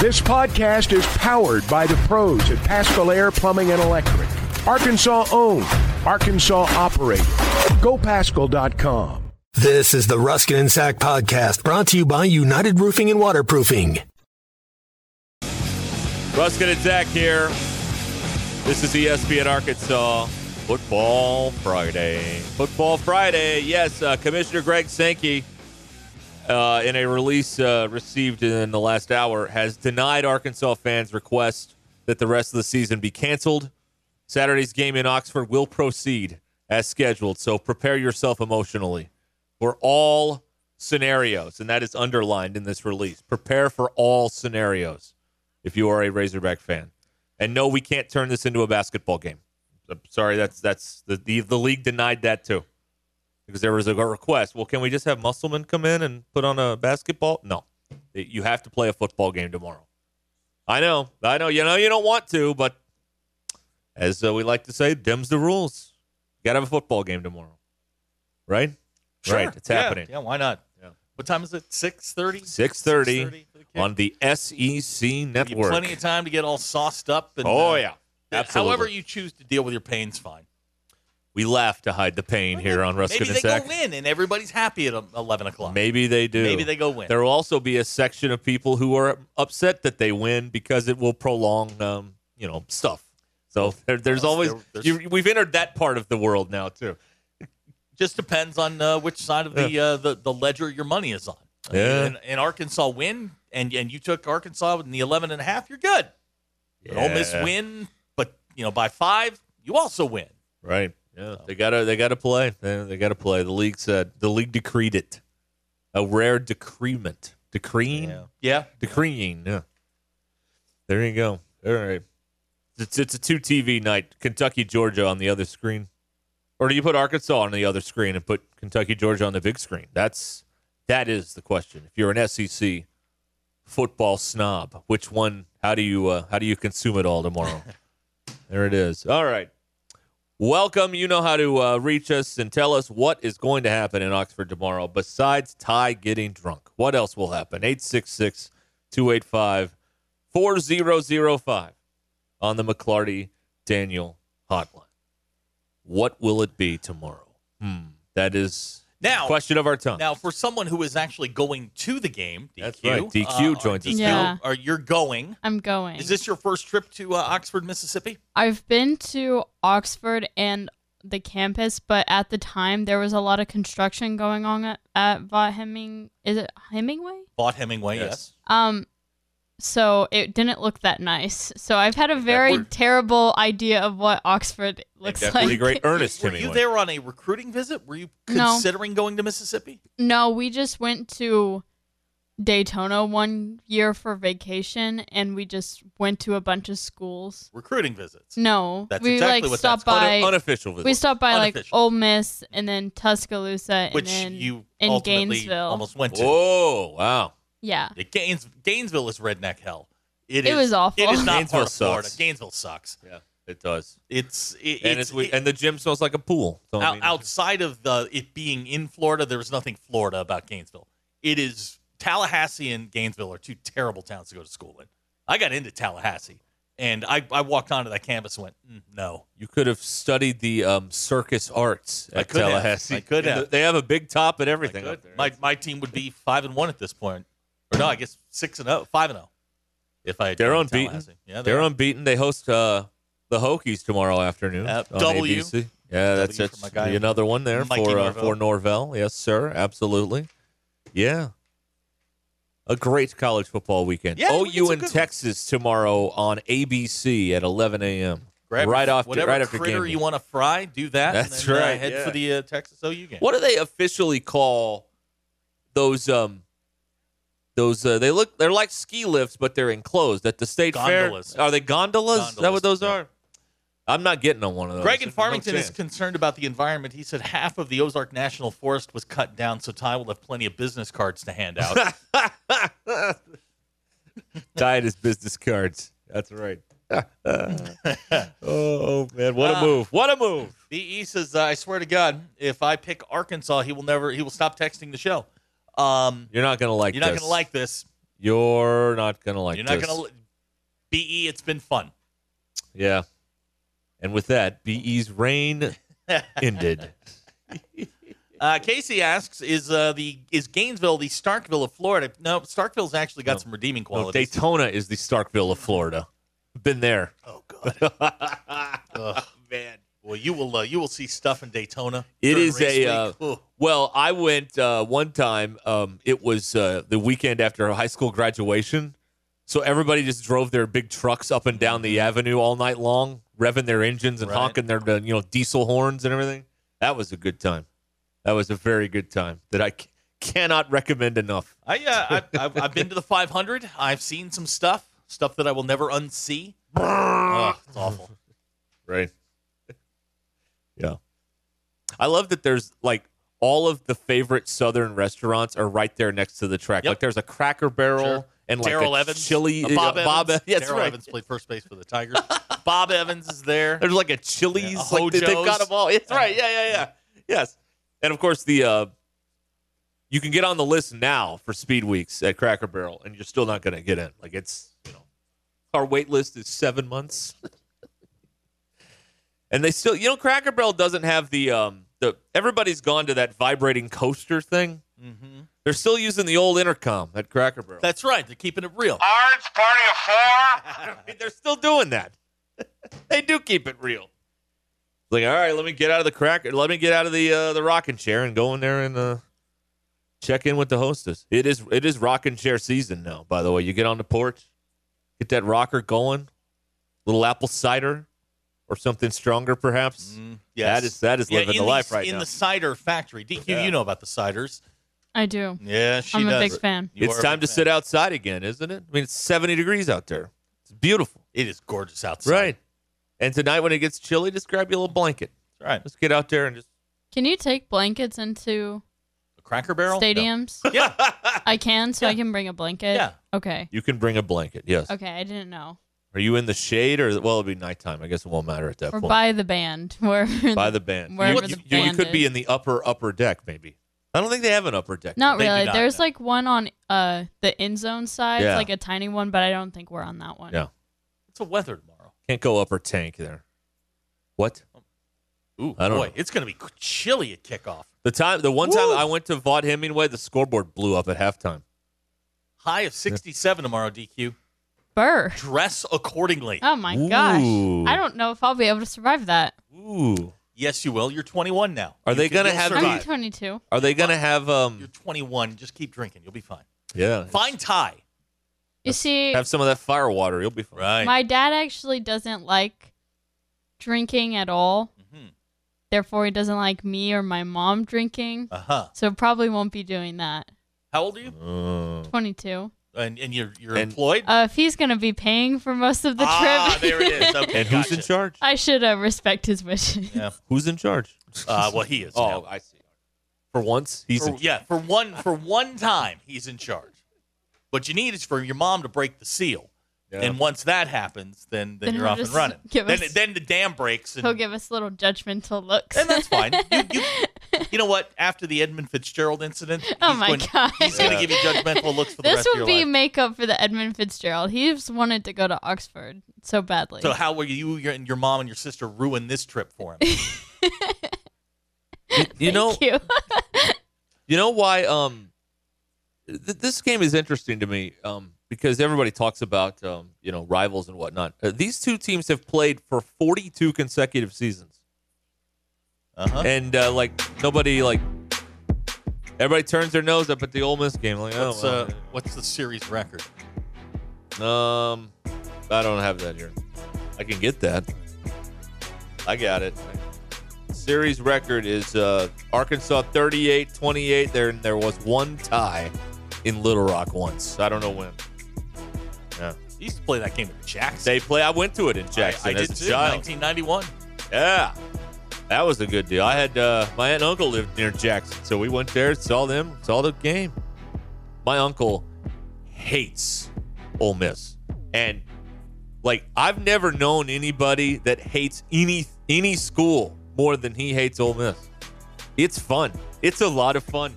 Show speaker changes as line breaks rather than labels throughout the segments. This podcast is powered by the pros at Pascal Air Plumbing and Electric. Arkansas owned, Arkansas operated. GoPascal.com.
This is the Ruskin and Sack podcast brought to you by United Roofing and Waterproofing.
Ruskin and Zach here. This is E ESPN Arkansas Football Friday. Football Friday. Yes, uh, Commissioner Greg Sankey, uh, in a release uh, received in the last hour, has denied Arkansas fans' request that the rest of the season be canceled. Saturday's game in Oxford will proceed as scheduled, so prepare yourself emotionally for all scenarios, and that is underlined in this release. Prepare for all scenarios if you are a Razorback fan. And no, we can't turn this into a basketball game. I'm sorry, that's that's the, the the league denied that too. Because there was a request. Well, can we just have Musselman come in and put on a basketball? No. You have to play a football game tomorrow. I know. I know. You know you don't want to, but as uh, we like to say, dims the rules. You got to have a football game tomorrow. Right? Right. It's
Yeah.
happening.
Yeah, why not?
Yeah.
What time is it? 6.30?
6:30
for the kick?
on the SEC
You
network.
have plenty of time to get all sauced up. And,
Oh
uh,
yeah,
yeah,
absolutely.
However you choose to deal with your pain's fine.
we laugh to hide the pain here on Ruskin
Maybe
and
they
Sack.
go win and everybody's happy at um, 11 o'clock.
Maybe they do.
Maybe they go win.
There will also be a section of people who are upset that they win because it will prolong, um, you know, stuff. So there, there's
Well,
always
there- there's-
you, we've entered that part of the world now too.
Just depends on uh, which side of the, uh, the the ledger your money is on. I mean,
Yeah.
an, an Arkansas win, and, and you took Arkansas in the 11 and a half, you're good. An Ole Miss
Yeah.
win, but, you know, by five, you also win.
Right. Yeah. They gotta they gotta play. They, they gotta play. The league said the league decreed it. A rare decrement. Decreeing.
Yeah.
decreeing. Yeah. There you go. All right. It's, it's a two TV night. Kentucky, Georgia on the other screen, or do you put Arkansas on the other screen and put Kentucky, Georgia on the big screen? That's that is the question. If you're an SEC football snob, which one? How do you uh, how do you consume it all tomorrow? there it is. All right. Welcome. You know how to uh, reach us and tell us what is going to happen in Oxford tomorrow besides Ty getting drunk. What else will happen? 866 285 4005 on the McClarty Daniel hotline. What will it be tomorrow? Hmm. That is
Now,
the question of our time.
Now, for someone who is actually going to the game, uh, DQ,
That's right. DQ joins us
DQ,
now.
Or you're going.
I'm going.
Is this your first trip to uh, Oxford, Mississippi?
I've been to Oxford and the campus, but at the time there was a lot of construction going on at, at Va Heming. Is it Hemingway?
Bought Hemingway, yes.
Um, so it didn't look that nice. So I've had a very
we're-
terrible idea of what Oxford looks
That's
like.
pretty great earnest
Were
to me.
you there on a recruiting visit? Were you
No.
considering going to Mississippi?
No, we just went to Daytona one year for vacation, and we just went to a bunch of schools.
Recruiting visits.
No,
That's
we
exactly
like
what
stopped
that's called.
by.
Unofficial visit.
We stopped by like
Unofficial.
Ole Miss and then Tuscaloosa and
Which
then
you
in
ultimately
Gainesville.
almost went to.
Whoa! Wow.
Yeah.
Yeah, Gaines, Gainesville is redneck hell.
It
is-
was awful.
It is not
Gainesville
part of Florida.
sucks.
Gainesville sucks.
Yeah, it does.
It's it,
and it's, we
it-
and the gym smells like a pool. So, I
Out,
mean-
outside of the it being in Florida, there was nothing Florida about Gainesville. It is Tallahassee and Gainesville are two terrible towns to go to school in. I got into Tallahassee, and I, I walked onto that campus and went, "Mm, no,
You could have studied the um, circus arts at
I could have.
Tallahassee.
I could
And
have.
They have a big top and everything. up there.
my my team would be five and one at this point, or no, I guess six and oh, five and oh. If I had
They're
gone to
unbeaten.
Tallahassee. yeah,
They're unbeaten. They host uh, the Hokies tomorrow afternoon.
Uh,
on
W.
ABC. Yeah, that's
W
it.
for my guy,
Another one there
Mikey
for uh,
Norvell.
for Norvell. Yes, sir. Absolutely. Yeah. A great college football weekend.
Yeah, we get
OU
some
in
good ones.
Texas tomorrow on ABC at 11 a.m.
Grab
right
your-
off
whatever
right after
critter
game.
you want to fry, do that. and
That's
then, uh,
right,
head
yeah.
for the uh, Texas OU game.
What do they officially call those? Um, those uh, they look they're like ski lifts, but they're enclosed at the state
Gondolas.
fair. Are they gondollas? Is that what
Gondolas,
those
yeah.
are? I'm not getting on one of those.
Greg in
No
Farmington is
chance.
concerned about the environment. He said half of the Ozark National Forest was cut down, so Ty will have plenty of business cards to hand out.
Died his business cards. That's right. oh man, what a
Ah.
move! What a move!
BE says, "I swear to God, if I pick Arkansas, he will never. He will stop texting the show. Um,
You're not gonna like.
you're not
this.
going to like this.
You're not gonna like.
You're not
this.
gonna li- be. It's been fun.
Yeah. And with that, BE's reign ended.
Uh, Casey asks, "Is uh, the is Gainesville the Starkville of Florida?" No, Starkville's actually got some redeeming
No,
qualities.
Daytona is the Starkville of Florida. Been there.
oh God, Ugh. man! Well, you will uh, you will see stuff in Daytona.
It
during
is
race
a uh,
week. Ooh.
well. I went uh, one time. Um, it was uh, the weekend after high school graduation, so everybody just drove their big trucks up and down the avenue all night long, revving their engines and
Right.
honking their uh, you know diesel horns and everything. That was a good time. That was a very good time that I c- cannot recommend enough.
I, uh, I, I've, I've been to the 500. I've seen some stuff, stuff that I will never unsee. Ugh, it's awful.
Right. yeah. I love that there's like all of the favorite southern restaurants are right there next to the track.
Yep.
Like there's a Cracker Barrel
Sure.
and like
Daryl
a
Evans,
chili
uh, Bob
uh,
Evans.
yeah, that's
Daryl
right.
Evans played first base for the Tigers. Bob Evans is there.
There's like a Chili's.
Yeah,
Oh, like they, have got
Hojo's.
them all. It's right. Yeah, yeah, yeah. Yes. And of course the uh you can get on the list now for speed weeks at Cracker Barrel and you're still not going to get in. Like it's, you know, our wait list is 7 months. and they still, you know Cracker Barrel doesn't have the um the everybody's gone to that vibrating coaster thing.
hmm
They're still using the old intercom at Cracker Barrel.
That's right. They're keeping it real.
I mean, they're still doing that. they do keep it real. Like, all right, let me get out of the cracker. Let me get out of the uh, the rocking chair and go in there and uh, check in with the hostess. It is it is rocking chair season now. By the way, you get on the porch, get that rocker going, little apple cider or something stronger, perhaps.
Mm,
That is that is
Yeah,
living
in
the life right
in
now.
the cider factory. DQ,
Yeah.
you know about the ciders.
I do.
Yeah, she
I'm a
does.
big fan.
You
it's
are a
time
big
to
fan.
sit outside again, isn't it? I mean, it's seventy degrees out there. It's beautiful,
It is gorgeous outside.
right? And tonight, when it gets chilly, just grab you a little blanket.
That's right.
Let's get out there and just
Can you take blankets into
A Cracker Barrel.
stadiums?
Yeah.
I can, so I
Yeah.
can bring a blanket.
Yeah.
Okay.
You can bring a blanket, yes.
Okay, I didn't know.
Are you in the shade or well? It'll be nighttime. I guess it won't matter at that
Or
point.
by the band, where
By the band, you,
wherever
you-
the
you- you
band
could be
is.
in the upper upper deck, maybe. I don't think they have an upper deck.
Not
They do
really.
not,
There's
no.
like one on uh the end zone side,
Yeah.
It's like a tiny one, but I don't think we're on that one.
Yeah.
it's a weather tomorrow.
Can't go upper tank there. What?
Ooh,
I don't
boy,
know.
it's going to be chilly at kickoff.
The time, the one time
Woo!
I went to Vaught Hemingway, the scoreboard blew up at halftime.
High of 67 tomorrow, DQ.
Burr.
Dress accordingly.
Oh my gosh.
Ooh.
I don't know if I'll be able to survive that.
Ooh.
Yes, you will. You're 21 now.
Are
You
they
can-
gonna
you'll
have-
I'm
Survive.
22.
Are they gonna have
You're
um?
21. Just keep drinking. You'll be fine.
Yeah.
Fine tie.
You see,
Have some of that fire water. You'll be fine.
Right.
my dad actually doesn't like drinking at all.
Mhm.
Therefore, he doesn't like me or my mom drinking.
Uh huh.
So probably won't be doing that.
How old are you? Oh.
Uh,
22.
And, and you're you're
And-
employed.
Uh, if he's gonna be paying for most of the
ah,
trip,
there it is. Okay,
and who's
gotcha.
in charge?
I should uh, respect his wishes.
Yeah.
Who's in charge?
Uh, well, he is.
oh,
now.
I see. For once, he's
For-
in
yeah. For one for one time, he's in charge. What you need is for your mom to break the seal.
Yeah.
And once that happens, then then,
Then
you're
he'll
off and
just
running.
give
Then
us-
then the dam breaks. And,
He'll give us little judgmental looks.
and that's fine. You, you, you know what? After the Edmund Fitzgerald incident,
Oh
he's
my
going,
God.
he's going to give you judgmental looks for the
this
rest of your
would be
life.
makeup for the Edmund Fitzgerald. He's wanted to go to Oxford so badly.
So how will you your, and your mom and your sister ruin this trip for him?
you know,
Thank you.
You know why? Um, th- this game is interesting to me um, because everybody talks about um, you know rivals and whatnot. Uh, these two teams have played for 42 consecutive seasons,
Uh-huh.
and uh, like nobody like everybody turns their nose up at the Ole Miss game. Like, oh,
What's,
well,
uh, what's the series record?
um, I don't have that here. I can get that. I got it. Series record is uh, Arkansas 38 28. There, there was one tie in Little Rock once. I don't know when. Yeah.
He used to play that game with Jackson.
They play. I went to it in Jackson
I, I
as
did
a
too.
child.
1991.
Yeah. That was a good deal. I had uh, my aunt and uncle lived near Jackson, so we went there, saw them, saw the game. My uncle hates Ole Miss, and like I've never known anybody that hates any any school more than he hates Ole Miss. It's fun. It's a lot of fun.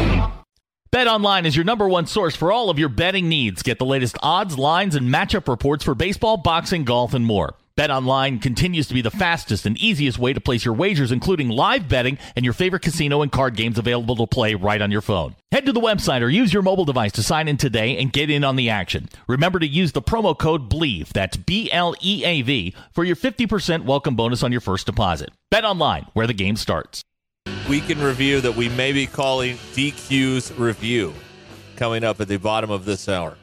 BetOnline is your number one source for all of your betting needs. Get the latest odds, lines, and matchup reports for baseball, boxing, golf, and more. BetOnline continues to be the fastest and easiest way to place your wagers, including live betting and your favorite casino and card games available to play right on your phone. Head to the website or use your mobile device to sign in today and get in on the action. Remember to use the promo code BLEAV, that's B L E A V, for your 50% welcome bonus on your first deposit. BetOnline, where the game starts.
weekend review that we may be calling DQ's review coming up at the bottom of this hour.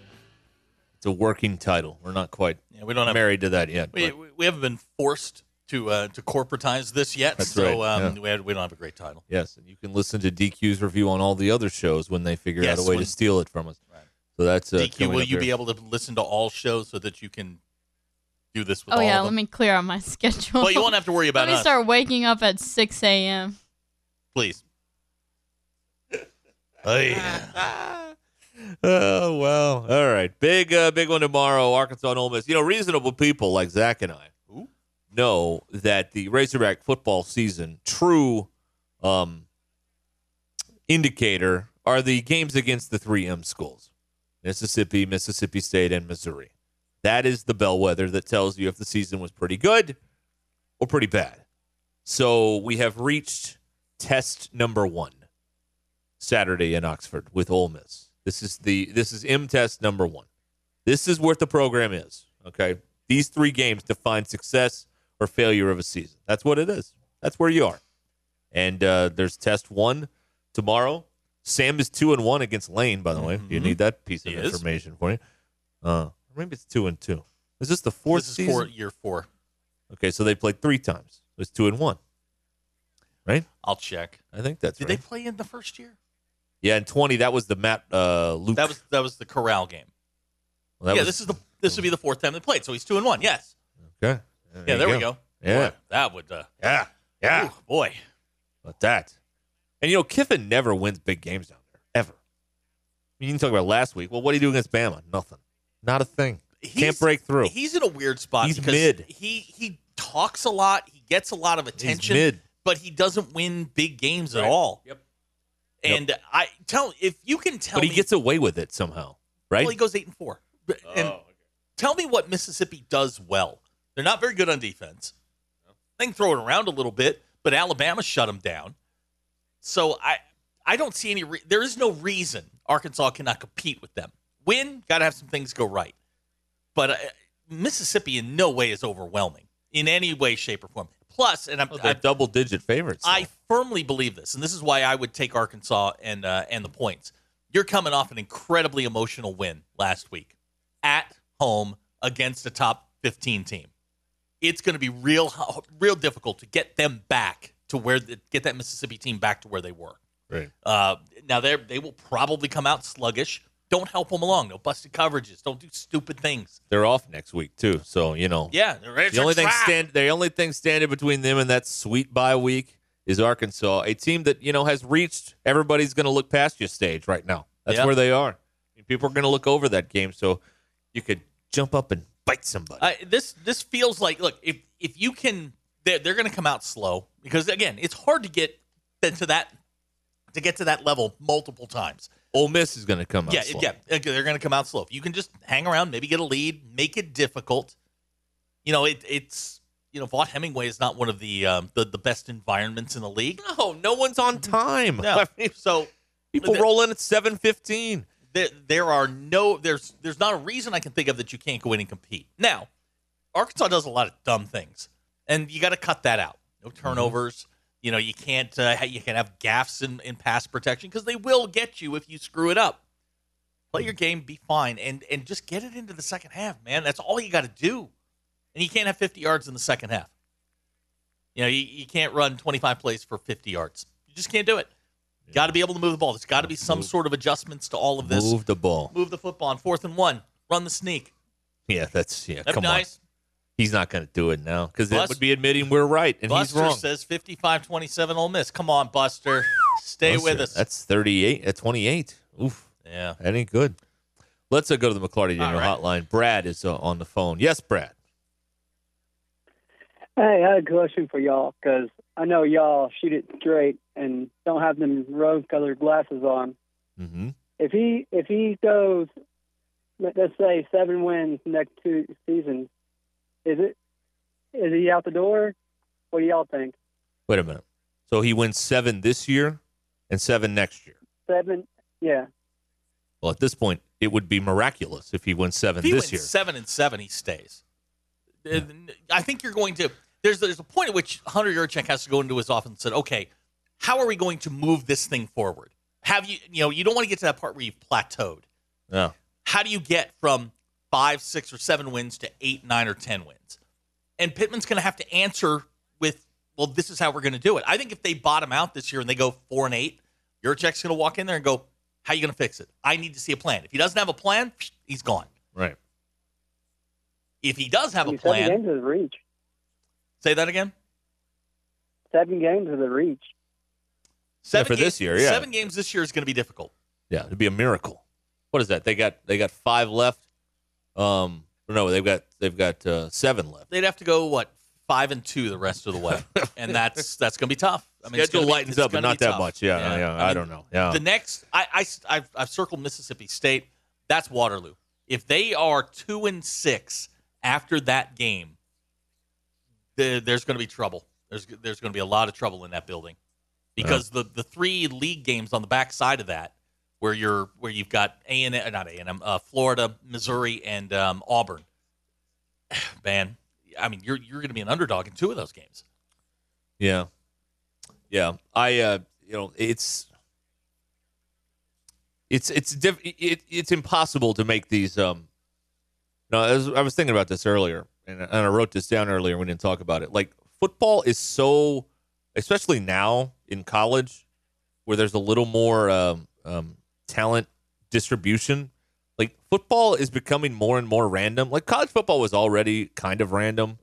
It's a working title. We're not quite
Yeah, we don't have
married to that yet.
We,
but
we haven't been forced to uh, to corporatize this yet,
That's
so
right,
um,
yeah.
we, had, we don't have a great title.
yes, and you can listen to DQ's review on all the other shows when they figure
Yes,
out a way
when-
to steal it from us. Right. So that's uh,
DQ,
coming
will
up
you
here.
be able to listen to all shows so that you can do this with
Oh
all
yeah,
of
let
them?
me clear out my schedule.
well, you won't have to worry about
Let me
us,
start waking up at 6 a.m.
please. Ay.
Oh well, all right. Big, uh, big one tomorrow. Arkansas and Ole Miss. You know, reasonable people like Zach and I know that the Razorback football season true um, indicator are the games against the three M schools: Mississippi, Mississippi State, and Missouri. That is the bellwether that tells you if the season was pretty good or pretty bad. So we have reached test number one. Saturday in Oxford with Ole Miss. This is the this is M test number one. This is what the program is. Okay, these three games define success or failure of a season. That's what it is. That's where you are. And uh, there's test one tomorrow. Sam is two and one against Lane. By the way, you need that piece of
Mm-hmm. He is.
information for you. Uh, maybe it's two and two. Is this the fourth
This is
season?
for year four.
Okay, so they played three times. It's two and one, right?
I'll check.
I think that's
Did
right.
they play in the first year?
yeah, and twenty. That was the Matt uh, Luke.
That was that was the Corral game.
Well, that
yeah,
was-
this is the this would be the fourth time they played. So he's two and one. Yes.
Okay.
yeah, there we go.
Yeah.
Boy, that would. Uh,
Yeah. Yeah.
ooh, boy.
About that. And you know, Kiffin never wins big games down there. Ever. I mean, You can talk about last week. Well, what do you do against Bama? Nothing. Not a thing. Can't
He's-
break through.
He's in a weird spot.
He's
because
mid.
He he talks a lot. He gets a lot of attention.
mid.
but he doesn't win big games at
Right.
all.
Yep.
And I tell if you can tell
but he
me,
gets away with it somehow. Right?
well, he goes eight and four. But- And tell me what Mississippi does well. They're not very good on defense. They can throw it around a little bit, but Alabama shut them down. So I I don't see any. Re- there is no reason Arkansas cannot compete with them. Win, got to have some things go right. But uh, Mississippi in no way is overwhelming in any way, shape, or form. Plus, and I'm,
Well, they're
I'm
double digit favorites. though.
I firmly believe this, and this is why I would take Arkansas and uh, and the points. You're coming off an incredibly emotional win last week at home against a top 15 team. It's going to be real, real difficult to get them back to where the, get that Mississippi team back to where they were.
Right.
Uh, now they they will probably come out sluggish. Don't help them along. No busted coverages. Don't do stupid things.
They're off next week too. So, you know.
Yeah, it's
The
a
only thing
trap.
stand the only thing standing between them and that sweet bye week is Arkansas, a team that you know has reached everybody's going to look past you stage right now. That's
Yeah.
where they are. And People are going to look over that game, so you could jump up and bite somebody.
I, this this feels like look if if you can they're, they're going to come out slow because again it's hard to get to that to get to that level multiple times.
Ole Miss is going to come out.
yeah,
slow.
yeah, okay, they're going to come out slow. If you can just hang around, maybe get a lead, make it difficult. You know, it, it's you know Vaught Hemingway is not one of the um, the the best environments in the league.
No, no one's on time.
Mm-hmm. No,
I mean,
so
people
The-
roll in at seven fifteen.
there, there are no there's there's not a reason I can think of that you can't go in and compete. Now, Arkansas does a lot of dumb things, and you got to cut that out. No turnovers. You know, you can't uh, ha- you can have gaffes in, in pass protection because they will get you if you screw it up. Play your game, be fine, and and just get it into the second half, man. That's all you got to do. And you can't have 50 yards in the second half. You know, you, you can't run 25 plays for 50 yards. You just can't do it. Got to be able to move the ball. There's got to be some sort of adjustments to all of this. Move.
Move the ball.
the football on fourth and one. Run the sneak.
Yeah, that's yeah.
That'd
come
be nice.
on, he's not going to do it now because that
Bust-
would be admitting we're right and
Buster
he's wrong.
says 55-27 Ole Miss. Come on, Buster. Stay
Buster,
with us.
That's thirty-eight at twenty-eight. Oof,
yeah.
that ain't good. Let's uh, go to the McClarty
All
Daniel
right.
Hotline. Brad is uh, on the phone. Yes, Brad.
Hey, I had a question for y'all because I know y'all shoot it straight and don't have them rose-colored glasses on.
Mm-hmm.
If he if he goes, let- let's say seven wins next two seasons, is it is he out the door? What do y'all think?
Wait a minute. So he wins seven this year and seven next year.
Seven, yeah.
Well, at this point, it would be miraculous if he wins seven
If he
this
wins
year.
seven and seven, he stays. Uh, I think you're going to. There's there's a point at which Hunter Yurchek has to go into his office and said, okay, how are we going to move this thing forward? Have you you know you don't want to get to that part where you've plateaued.
No.
How do you get from five, six, or seven wins to eight, nine, or ten wins? And Pittman's going to have to answer with, well, this is how we're going to do it. I think if they bottom out this year and they go four and eight, Yurchek's going to walk in there and go, how are you going to fix it? I need to see a plan. If he doesn't have a plan, he's gone.
Right.
If he does have
I
a
mean, seven
plan,
games is a reach.
say that again.
Seven games is a reach.
Yeah, for this year, yeah.
Seven games this year is going to be difficult.
Yeah, it'd be a miracle. What is that? They got they got five left. Um, no, they've got they've got uh, seven left.
They'd have to go what five and two the rest of the way, and that's that's going to be tough. I mean, it's
Schedule
gonna be-
lightens
it's
up, but
gonna
not
be
that
tough.
much. Yeah, yeah. I
mean,
don't know. Yeah.
The next, I, I I've, I've circled Mississippi State. That's Waterloo. If they are two and six after that game, the, there's going to be trouble. There's there's going to be a lot of trouble in that building because the the three league games on the back side of that, where you're where you've got A and not A and M, uh, Florida, Missouri, and um, Auburn. Man, I mean, you're you're going to be an underdog in two of those games.
Yeah. Yeah. I uh you know, it's it's it's diff- it, it's impossible to make these um no, I was, I was thinking about this earlier and, and I wrote this down earlier we didn't talk about it. Like football is so especially now in college where there's a little more um, um, talent distribution. Like football is becoming more and more random. Like college football was already kind of random.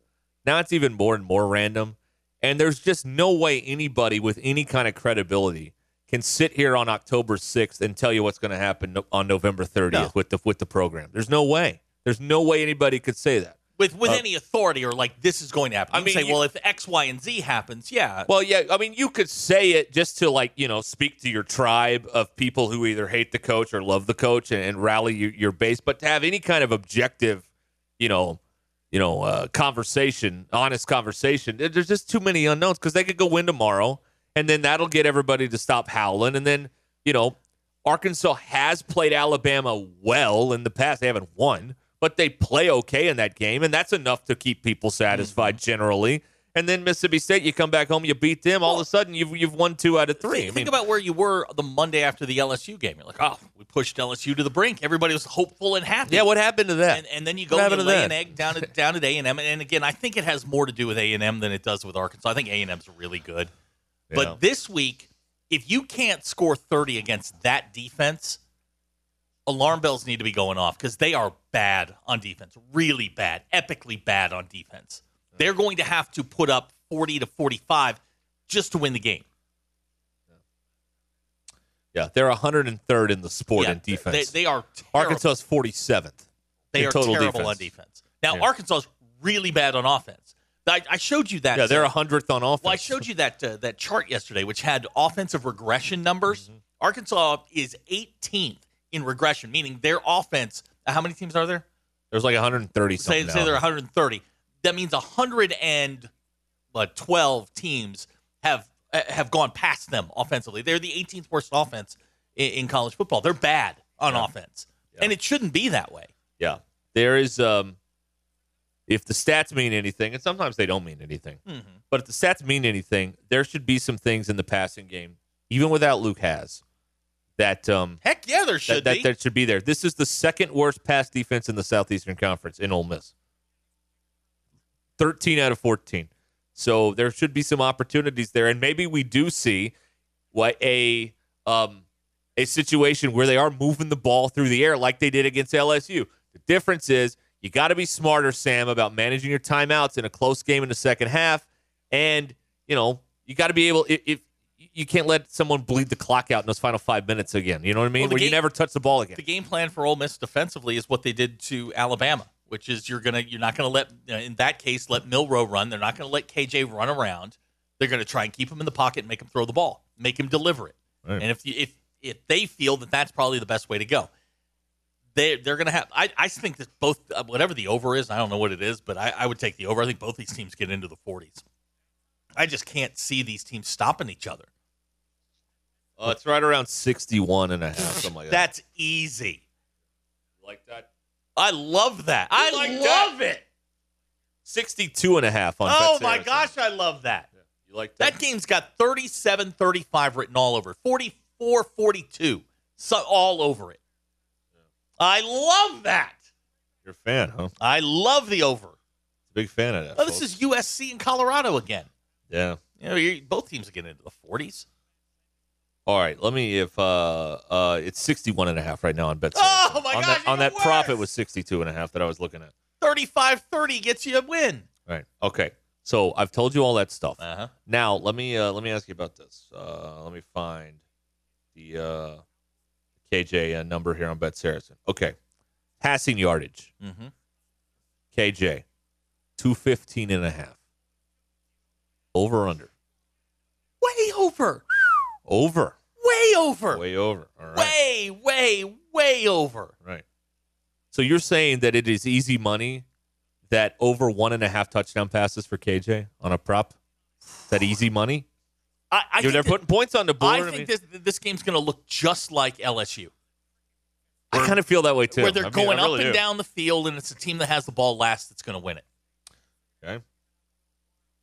Now it's even more and more random. And there's just no way anybody with any kind of credibility can sit here on October 6th and tell you what's going to happen no- on November 30th
No.
with the with the program. There's no way. There's no way anybody could say that.
with with
Uh,
any authority or like this is going to happen.
I
I mean,
mean,
say,
you-
well, if X, Y, and Z happens, yeah,
Well, yeah, I mean, you could say it just to like you know speak to your tribe of people who either hate the coach or love the coach and, and rally your, your base. But to have any kind of objective, you know, you know, uh, conversation, honest conversation, there- there's just too many unknowns because they could go win tomorrow, and then that'll get everybody to stop howling, and then you know, Arkansas has played Alabama well in the past. They haven't won, but they play okay in that game, and that's enough to keep people satisfied
Mm-hmm.
generally. And then Mississippi State, you come back home, you beat them. All of a sudden, you've you've won two out of three.
Think,
I
think
mean,
about where you were the Monday after the LSU game. You're like, oh, we pushed LSU to the brink. Everybody was hopeful and happy.
yeah, what happened to that?
And, and then you go
What
and
happened
you
to
lay an
that?
egg down at down at A and M. And again, I think it has more to do with A and M than it does with Arkansas. I think A and M's really good,
Yeah.
but this week, if you can't score thirty against that defense, alarm bells need to be going off because they are bad on defense, really bad, epically bad on defense. They're going to have to put up forty to forty-five just to win the game.
yeah, they're 103rd in the sport
Yeah,
in defense.
they, they are terrible.
Arkansas's 47th.
They
in
are
total
terrible
defense.
on defense. Now
Yeah.
Arkansas is really bad on offense. I, I showed you that.
Yeah, they're
uh,
100th on offense.
Well, I showed you that uh, that chart yesterday, which had offensive regression numbers.
Mm-hmm.
Arkansas is 18th in regression, meaning their offense. uh, How many teams are there?
There's like 130
Say,
something.
say
now.
they're 130. That means 100 and what, 12 teams have uh, have gone past them offensively. They're the 18th worst offense in, in college football. They're bad on offense, and it shouldn't be that way.
Yeah. There is um if the stats mean anything, and sometimes they don't mean anything.
Mm-hmm.
But if the stats mean anything, there should be some things in the passing game, even without Luke has, that um
Heck yeah, there
that,
should
that,
be.
that should be there. This is the second worst pass defense in the Southeastern Conference in Ole Miss. 13 out of 14. So there should be some opportunities there. And maybe we do see what a um, a situation where they are moving the ball through the air like they did against LSU. The difference is you got to be smarter, Sam, about managing your timeouts in a close game in the second half, and you know you got to be able if, if you can't let someone bleed the clock out in those final five minutes again. You know what I mean?
Well, the
where you
game-
never touch the ball again.
The game plan for Ole Miss defensively is what they did to Alabama, which is you're gonna you're not gonna let in that case let Milrow run. They're not gonna let KJ run around. They're gonna try and keep him in the pocket, and make him throw the ball, make him deliver it. And if you, if if they feel that that's probably the best way to go, they they're gonna have. I I think that both uh, whatever the over is, I don't know what it is, but I, I would take the over. I think both these teams get into the 40s. I just can't see these teams stopping each other.
Uh, it's right around 61 and a half, something like that.
That's easy.
like that?
I love that. I
like
love it.
62 and a half on
Oh
Betsy
my
Anderson.
gosh, I love that.
You like that?
That game's got 37 35 written all over it, 44 42 so, all over it. I love that.
You're a fan, huh?
I love the over.
Big fan of that.
Oh, this
folks.
is USC and Colorado again.
yeah.
You know, you're, both teams are getting into the 40s.
All right, let me if uh uh it's 61 and a half right now on Betsy.
Oh,
Anderson.
my
on
gosh,
that, on
even
that prop
worse.
it was 62 and a half that I was looking at.
35 30 gets you a win.
All right. Okay. So, I've told you all that stuff.
Uh-huh.
Now, let me uh let me ask you about this. Uh let me find the uh KJ uh, number here on Bet Saracen. Okay. Passing yardage.
Mm-hmm.
KJ 215 and a half. Over or under.
Way over.
Over.
Way over.
Way over. All right.
way, way, way over.
Right. So you're saying that it is easy money that over one and a half touchdown passes for KJ on a prop? Is that easy money?
I, I
You're
think
they're
that-
putting points on the board.
I
I, mean,
think this this game's going to look just like LSU,
I kind of feel that way too.
where they're
I mean, I
going up
really
and
do.
down the field, and it's the team that has the ball last that's going to win it.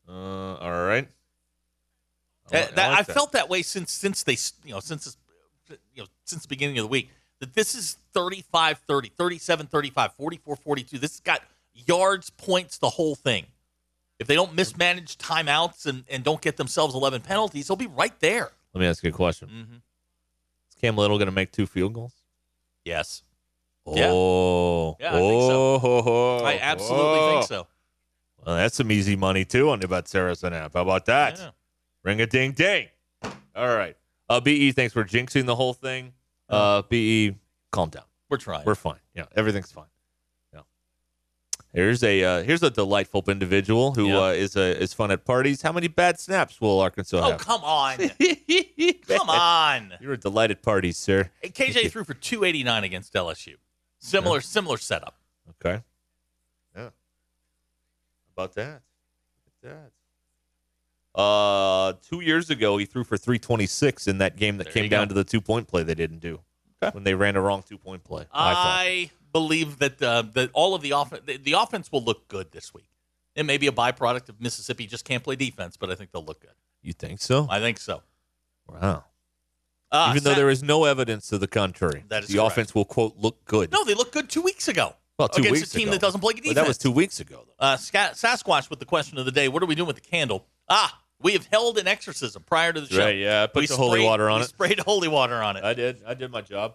Uh, all right. I
That-
li- I
that-
like
I felt that way since since they s- you know since this, you know since the beginning of the week that this is 35 30 37 35 44 42 this has got yards points the whole thing if they don't mismanage timeouts and, and don't get themselves 11 penalties they'll be right there
Let me ask you a question.
Mhm.
Is Cam Little going to make two field goals?
yes Yeah.
Oh,
Yeah, I think so.
Oh, ho, ho,
i absolutely think
oh.
so
Well, that's some easy money too on the Bet Saracen app. How about that?
Yeah.
Ring a ding ding. All right. Uh, BE, thanks for jinxing the whole thing. Uh, BE, calm down.
we're trying
We're fine. Yeah, everything's fine. Yeah. Here's a uh, here's a delightful individual who
Yeah.
uh, is uh, is fun at parties. How many bad snaps will Arkansas
oh
have?
come on come on
You're a delight at parties, sir.
Hey, KJ threw for 289 against LSU. Similar, similar setup.
Okay. Yeah. About that. Look at that. Uh, two years ago, he threw for 326 in that game that
There
came
you
down
go.
to the two point play they didn't do when they ran a wrong two point play. I thought.
I believe that uh, that all of the offense, the, the offense will look good this week. It may be a byproduct of Mississippi just can't play defense, but I think they'll look good.
you think so?
I think so.
Wow.
Uh,
Even though
Sa-
there is no evidence to the contrary,
That is
the
correct.
offense will quote look good.
no, they looked good two weeks ago
well, two
against
weeks
a team
ago.
that doesn't play
Well,
defense.
that was two weeks ago. Though.
Uh, Sca- Sasquatch with the question of the day: What are we doing with the candle? Ah, we have held an exorcism prior to the show.
Right, yeah, I put
we
the holy
sprayed-
water on
we
it.
Sprayed holy water on it.
I did. I did my job.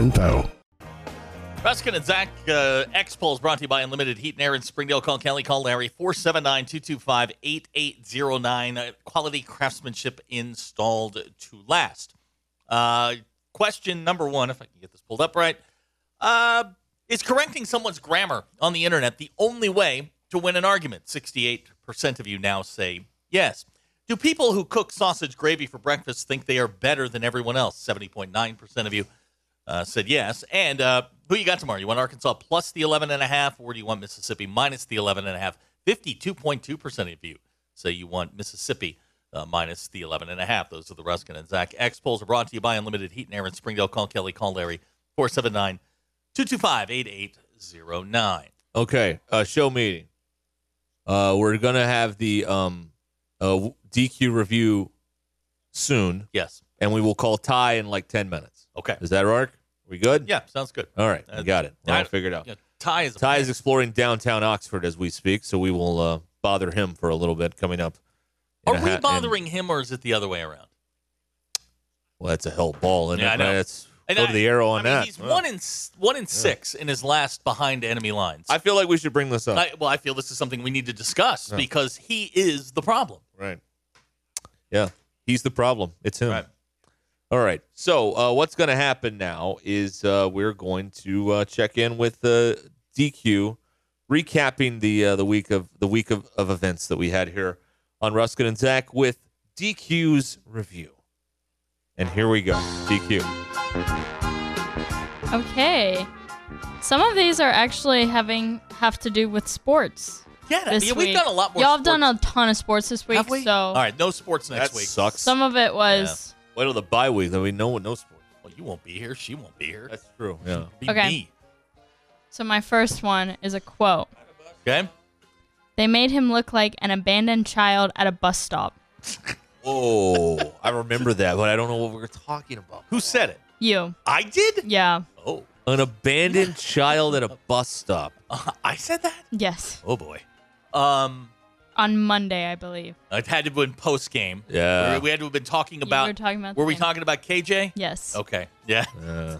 info.
Ruskin and Zach uh, X Polls brought to you by Unlimited Heat and Air in Springdale. Call Kelly, call Larry, 479 225 8809. Uh, Quality craftsmanship installed to last. Uh, question number one, if I can get this pulled up right. Uh, is correcting someone's grammar on the internet the only way to win an argument? 68% of you now say yes. Do people who cook sausage gravy for breakfast think they are better than everyone else? 70.9% of you uh, said yes. And uh, who you got tomorrow? You want Arkansas plus the 11.5, or do you want Mississippi minus the 11.5? 52.2% of you say you want Mississippi uh, minus the 11.5. Those are the Ruskin and Zach X polls are brought to you by Unlimited Heat and Air in Springdale. Call Kelly, call Larry, 479 225 8809.
Okay, uh, show meeting. Uh, we're gonna have the um, uh, w- DQ review soon,
Yes.
and we will call Ty in like ten minutes.
Okay.
Is that work? We good?
Yeah, sounds good.
All right, we
Uh,
got it. We're all
I-
figured out.
Yeah, Ty is a
Ty is exploring downtown Oxford as we speak, so we will uh, bother him for a little bit coming up. in
Are
a
we
hat- in-
bothering him or is it the other way around?
well, that's a hell ball, isn't
Yeah,
it?
I know.
man? That's
And
go
I-
to the arrow on
I mean,
that.
He's
Wow.
one in s- one in six in his last behind enemy lines.
I feel like we should bring this up.
I, well, I feel this is something we need to discuss because he is the problem.
Right. Yeah. He's the problem. It's him.
Right.
All right. So uh, what's going to happen now is uh, we're going to uh, check in with uh, DQ, recapping the uh, the week of the week of, of events that we had here on Ruskin and Zach with DQ's review. And here we go. DQ.
Okay. Some of these are actually having have to do with sports.
Yeah,
This
Uh, yeah,
week.
we've done a lot more.
Y'all have done
sports.
a ton of sports this week,
Have we?
so
all right, no sports next
that
week.
sucks.
some of it was
Wait till the bye week. There'll be no no sports.
Well, you won't be here. She won't be here.
That's true. Yeah.
Be
Okay.
me.
so my first one is a quote.
Okay.
They made him look like an abandoned child at a bus stop.
Oh, I remember that, but I don't know what we're talking about.
Who said it?
You.
I did.
Yeah.
Oh,
An abandoned child at a bus stop.
I said that.
Yes.
Oh boy. Um,
On Monday, I believe.
it had to have been post game.
Yeah.
we had to have been talking
You
about.
were talking about the
were we
game.
talking about KJ?
Yes.
Okay. Yeah.
Uh,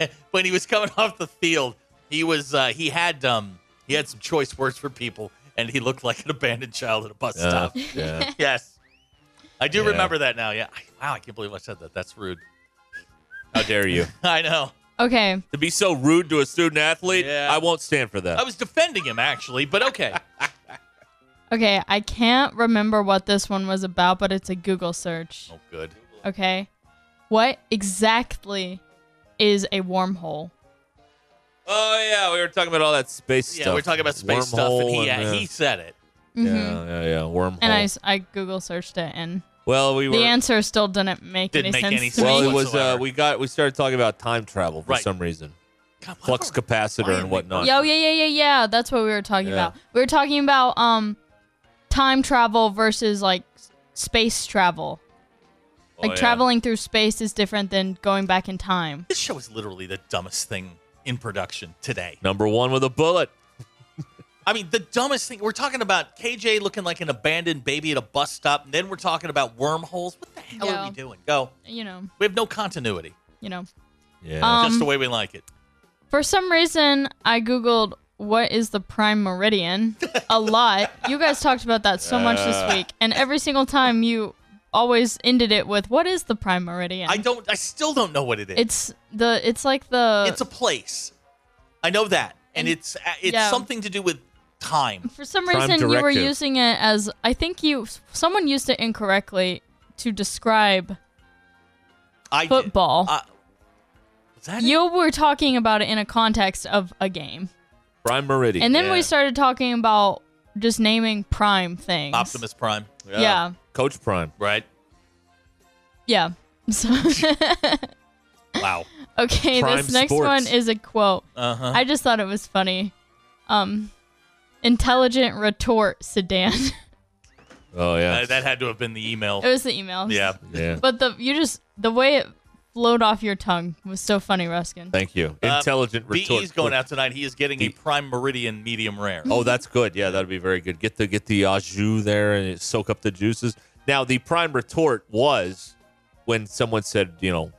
when he was coming off the field, he was uh, he had um he had some choice words for people, and he looked like an abandoned child at a bus
uh,
stop.
yeah.
Yes, I do
Yeah.
remember that now. Yeah, I, wow, I can't believe I said that. That's rude.
How dare you?
I know.
Okay.
to be so rude to a student athlete,
Yeah.
I won't stand for that.
I was defending him actually, but okay.
Okay, I can't remember what this one was about, but it's a Google search.
oh, good.
Okay. What exactly is a wormhole?
oh yeah, we were talking about all that space
Yeah,
stuff.
we're talking about space stuff, and
Wormhole
he, yeah,
uh,
he said it.
Mhm.
yeah, yeah, yeah, Mm-hmm. wormhole.
And I, s- I Google searched it, and
well, Oh. we were.
the answer still didn't make
Didn't
any
make
sense
any
to
sense.
me.
well, it was. Uh,
whatsoever.
we got. We started talking about time travel for
Right.
some reason,
God, why
flux
are- why
capacitor
are
and
we-
whatnot.
Yeah, oh, yeah, yeah, yeah, yeah. That's what we were talking
Yeah.
about. We were talking about um, time travel versus like s- space travel.
Oh,
Like
yeah.
traveling through space is different than going back in time.
This show is literally the dumbest thing in production today.
Number one with a bullet.
I mean, the dumbest thing. We're talking about KJ looking like an abandoned baby at a bus stop, and then we're talking about wormholes. What the hell are
Yeah.
we doing? Go.
You know,
We have no continuity.
you know.
Yeah.
Um,
Just the way we like it.
For some reason, I googled what is the prime meridian a lot. You guys talked about that so much this week, and every single time you always ended it with, "What is the prime meridian?"
I don't. I still don't know what it is.
It's the. It's like the.
it's a place. I know that, and,
And-
it's uh, it's
yeah.
something to do with time.
for some
prime
reason you were
directive.
using it as I think you someone used it incorrectly to describe
I did.
football.
Uh, was that it?
you were talking about it in a context of a game,
Prime Meridian.
and then
Yeah.
we started talking about just naming prime things.
Optimus Prime,
Yeah, yeah.
Coach Prime.
right?
So
Wow.
okay,
Prime
this next
sports.
one is a quote.
Uh huh.
I just thought it was funny. Um, intelligent retort sedan.
Oh yeah.
that had to have been the email.
it was the email.
Yeah.
yeah.
But the you just the way it flowed off your tongue was so funny, Ruskin.
Thank you.
Uh,
Intelligent retort.
BE's going out tonight. He is getting a prime meridian medium rare.
Mm-hmm.
Oh, that's good. Yeah, that'd be very good. Get the get the au jus there and soak up the juices. Now, the prime retort was when someone said, you know,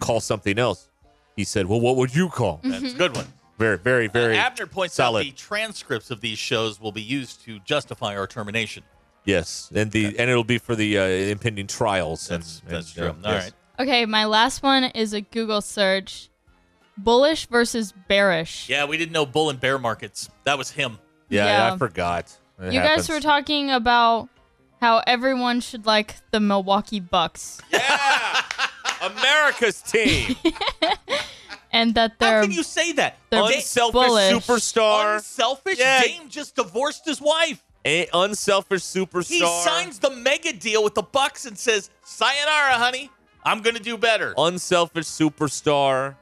call something else. He said, "Well, what would you call?"
that's a good one.
Very, very, very.
Mm-hmm. Uh, Abner points
solid.
out the transcripts of these shows will be used to justify our termination.
yes, and the and it'll be for the uh, impending trials.
That's
and,
that's
and,
true.
uh,
All right.
yes.
Okay, my last one is a Google search. Bullish versus bearish.
Yeah, we didn't know bull and bear markets. That was him.
Yeah,
Yeah.
I forgot. It
you
happens.
guys were talking about how everyone should like the Milwaukee Bucks
America's team,
and that
How
they're
can you say that?
they're
Dame-
unselfish
bullish.
superstar,
unselfish.
Yeah.
Dame just divorced his wife.
A- unselfish superstar.
He signs the mega deal with the Bucks and says, "Sayonara, honey. I'm gonna do better."
Oh. unselfish superstar.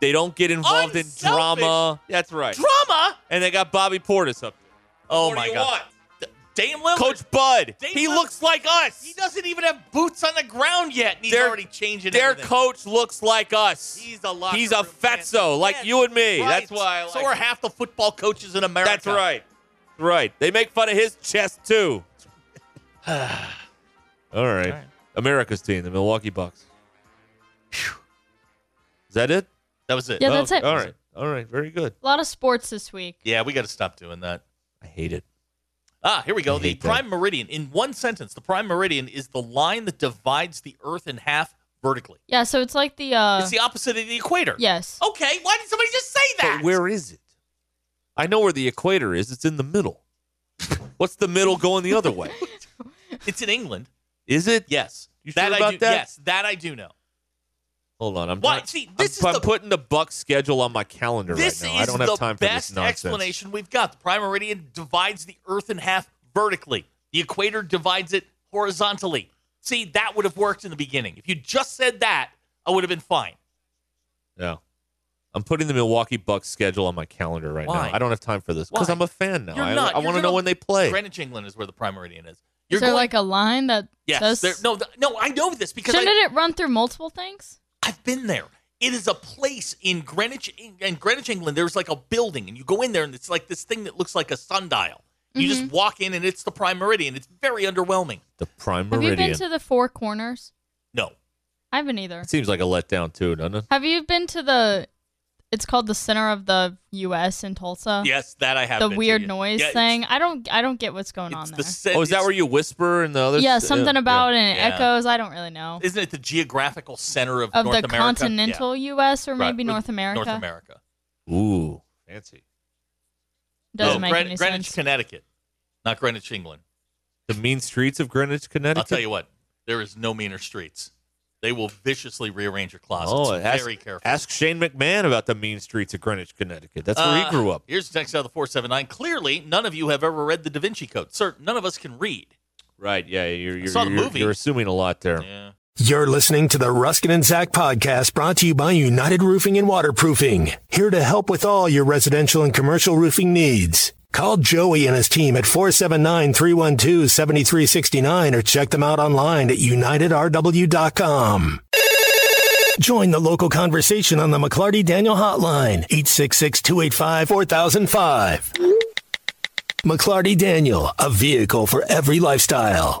They don't get involved in
Unselfish?
drama. That's right.
Drama.
and they got Bobby Portis up there.
Oh
What do
my
you
god.
want?
D- Dame Lillard.
Coach Bud.
Dame
he
Lillard-
looks like us.
He doesn't even have boots on the ground yet, and he's
Their-
already changing
Their
everything.
coach looks like us.
He's a locker
He's a
room
fatso,
man.
like you and me.
right.
That's why I
so
like
are
him.
half the football coaches in America.
That's right. Right. They make fun of his chest too. All right. America's team, the Milwaukee Bucks. Is that it? Oh,
That was it.
Yeah, that's it.
All right. All right. Very good.
a lot of sports this week.
Yeah, we got to stop doing that.
I hate it.
Ah, here we go. The
hate that.
prime meridian. In one sentence, the prime meridian is the line that divides the Earth in half vertically.
Yeah, so it's like the uh
It's the opposite of the equator.
yes.
Okay. Why did somebody just say that?
But where is it? I know where the equator is. It's in the middle. What's the middle going the other way?
It's in England.
Is it?
Yes.
You
that
sure
I
about
do,
that?
Yes, that I do know.
Hold on. I'm
Why-
trying-
see,
I'm-
this is
I'm,
the-
putting the Buck schedule on my calendar
This
right now.
is
I don't have
the
time for
best
this nonsense.
explanation we've got. The prime meridian divides the Earth in half vertically. The equator divides it horizontally. See, that would have worked in the beginning. If you just said that, I would have been fine.
No. I'm putting the Milwaukee Bucks schedule on my calendar right
Why?
now. I don't have time for this because
Why?
I'm a fan now.
You're
I,
not.
I
You're
want to know
gonna-
when they play.
Greenwich, England is where the prime meridian is.
Is there like a line that
yes?
says
There, no, th- no, I know this because
shouldn't
I,
it run through multiple things?
I've been there. It is a place in Greenwich, Eng- in Greenwich, England. There's like a building, and you go in there, and it's like this thing that looks like a sundial. You just
Mm-hmm.
walk in, and it's the prime meridian. It's very underwhelming.
the Prime
Have you
Meridian.
been to the Four Corners?
No,
I haven't either.
It seems like a letdown too, doesn't it?
Have you been to the? It's called the Center of the U.S. in Tulsa.
yes, that I have.
Uh, The
been to,
weird
yeah.
noise
Yeah, it's-
thing. I don't. I don't get what's going on
it's
there.
the sen-
Oh, is that
it's-
where you whisper and the other?
yeah,
s-
something about it and it
Yeah.
echoes. I don't really know.
Isn't it the geographical center of,
Of
North
the
America?
continental U.S.
Yeah,
or
right,
maybe
with
North America.
North America.
Ooh, fancy.
Doesn't
No,
make
Green-
any
Greenwich,
sense.
Connecticut, not Greenwich, England.
The mean streets of Greenwich, Connecticut.
I'll tell you what, there is no meaner streets. They will viciously rearrange your closets.
Oh, ask,
very careful.
ask Shane McMahon about the mean streets of Greenwich, Connecticut. That's where
Uh,
he grew up.
Here's a text out of the 479. Clearly, none of you have ever read the Da Vinci Code. Sir, none of us can read.
Right. Yeah. You're, you're,
saw the
you're-
movie.
you're assuming a lot there.
Yeah.
You're listening to the Ruskin and Zach podcast brought to you by United Roofing and Waterproofing, here to help with all your residential and commercial roofing needs. Call Joey and his team at 479-312-7369 or check them out online at unitedrw.com. Join the local conversation on the McClarty Daniel Hotline, 866-285-4005. McClarty Daniel, a vehicle for every lifestyle.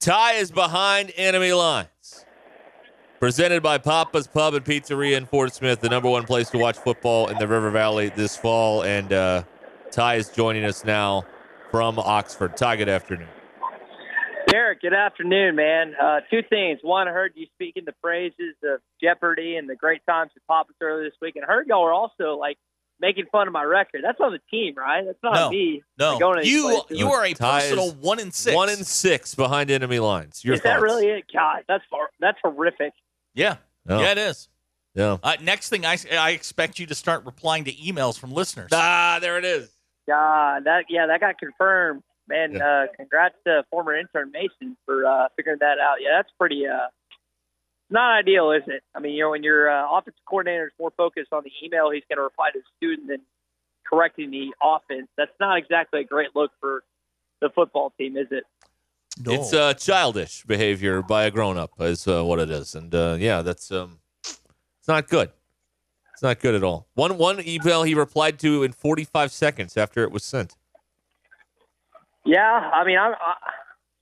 Tie is behind enemy lines. Presented by Papa's Pub and Pizzeria in Fort Smith, the number one place to watch football in the River Valley this fall. And uh, Ty is joining us now from Oxford. Ty, good afternoon.
Derek, good afternoon, man. Uh, two things. One, I heard you speaking the praises of Jeopardy and the great times with Papa's earlier this week, and I heard y'all were also like making fun of my record. That's on the team, right? That's not
No,
me.
no.
Going to these
You-
places.
you are a
Ty is
personal one in six.
One in six behind enemy lines. Your
Is that
thoughts?
really it? God, that's far, that's horrific.
Yeah.
No.
Yeah, it is.
Oh, Yeah.
Uh, next thing, I, I expect you to start replying to emails from listeners.
Ah, there it is.
God, that yeah, that got confirmed. Man, uh, congrats to former intern Mason for uh, figuring that out. Yeah, that's pretty. Uh, not ideal, is it? I mean, you know, when your uh, offensive coordinator is more focused on the email he's going to reply to the student than correcting the offense, that's not exactly a great look for the football team, is it?
It's uh, childish behavior by a grown up, is uh, what it is. And uh, yeah, that's um, it's not good. It's not good at all. One one email he replied to in 45 seconds after it was sent.
Yeah, I mean, I'm, I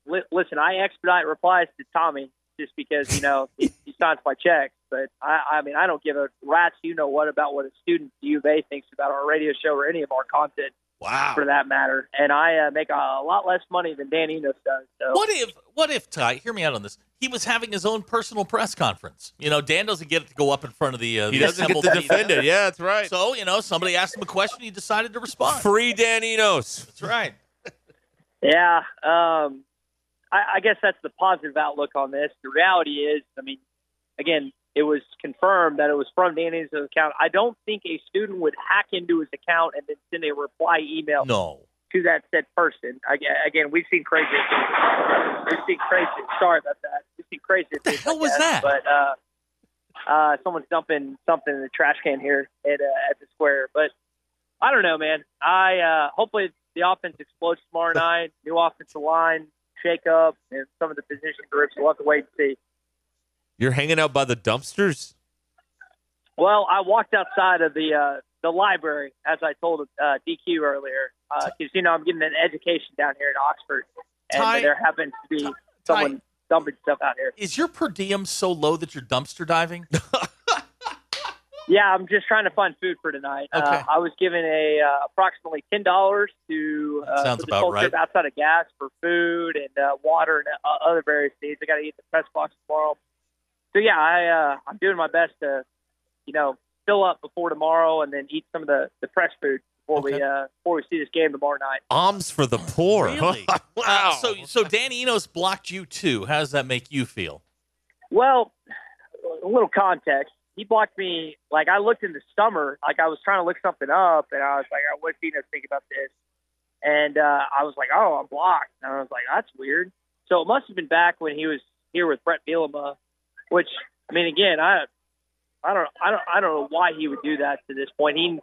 li- listen. I expedite replies to Tommy just because you know he, he signs my checks. But I, I mean, I don't give a rat's you know what about what a student at U of A thinks about our radio show or any of our content,
Wow.
for that matter. And I uh, make a lot less money than Dan Enos does. So
What if, what if, Ty, hear me out on this. He was having his own personal press conference. You know, Dan doesn't get to go up in front of the. Uh,
He
the
doesn't get
assembled
to
media.
defend it. Yeah, that's right.
So, you know, somebody asked him a question. He decided to respond.
Free Daninos.
That's right.
Yeah, um, I, I guess that's the positive outlook on this. The reality is, I mean, again, it was confirmed that it was from Danny's account. I don't think a student would hack into his account and then send a reply email
No.
to that said person. I, again, we've seen crazy. We've seen crazy. Sorry about that. We've seen crazy. What the
hell was that?
But uh, uh, someone's dumping something in the trash can here at uh, at the square. But I don't know, man. I uh, hopefully the offense explodes tomorrow night. New offensive line shake up, and some of the position groups. We'll have to wait and see.
You're hanging out by the dumpsters?
Well, I walked outside of the uh, the library as I told uh, DQ earlier because you know I'm getting an education down here in Oxford, and
Ty-
there happens to be someone dumping stuff out here.
Is your per diem so low that you're dumpster diving?
Yeah, I'm just trying to find food for tonight. Uh,
Okay.
I was given a uh, approximately ten dollars to
That
uh,
sounds
for the
about
whole
right.
trip outside of gas for food and uh, water and uh, other various things. I got to eat at the press box tomorrow. So yeah, I uh, I'm doing my best to you know fill up before tomorrow and then eat some of the the press food before we
Okay.
uh, before we see this game tomorrow night.
Alms for the poor. huh?
Really? wow. so, so Dan Enos blocked you too. How does that make you feel?
Well, a little context. He blocked me. Like I looked in the summer. Like I was trying to look something up, and I was like, oh, "What Dino think about this?" And uh, I was like, "Oh, I'm blocked." And I was like, "That's weird." So it must have been back when he was here with Brett Bielema, which I mean, again, I, I don't, I don't, I don't know why he would do that to this point. He,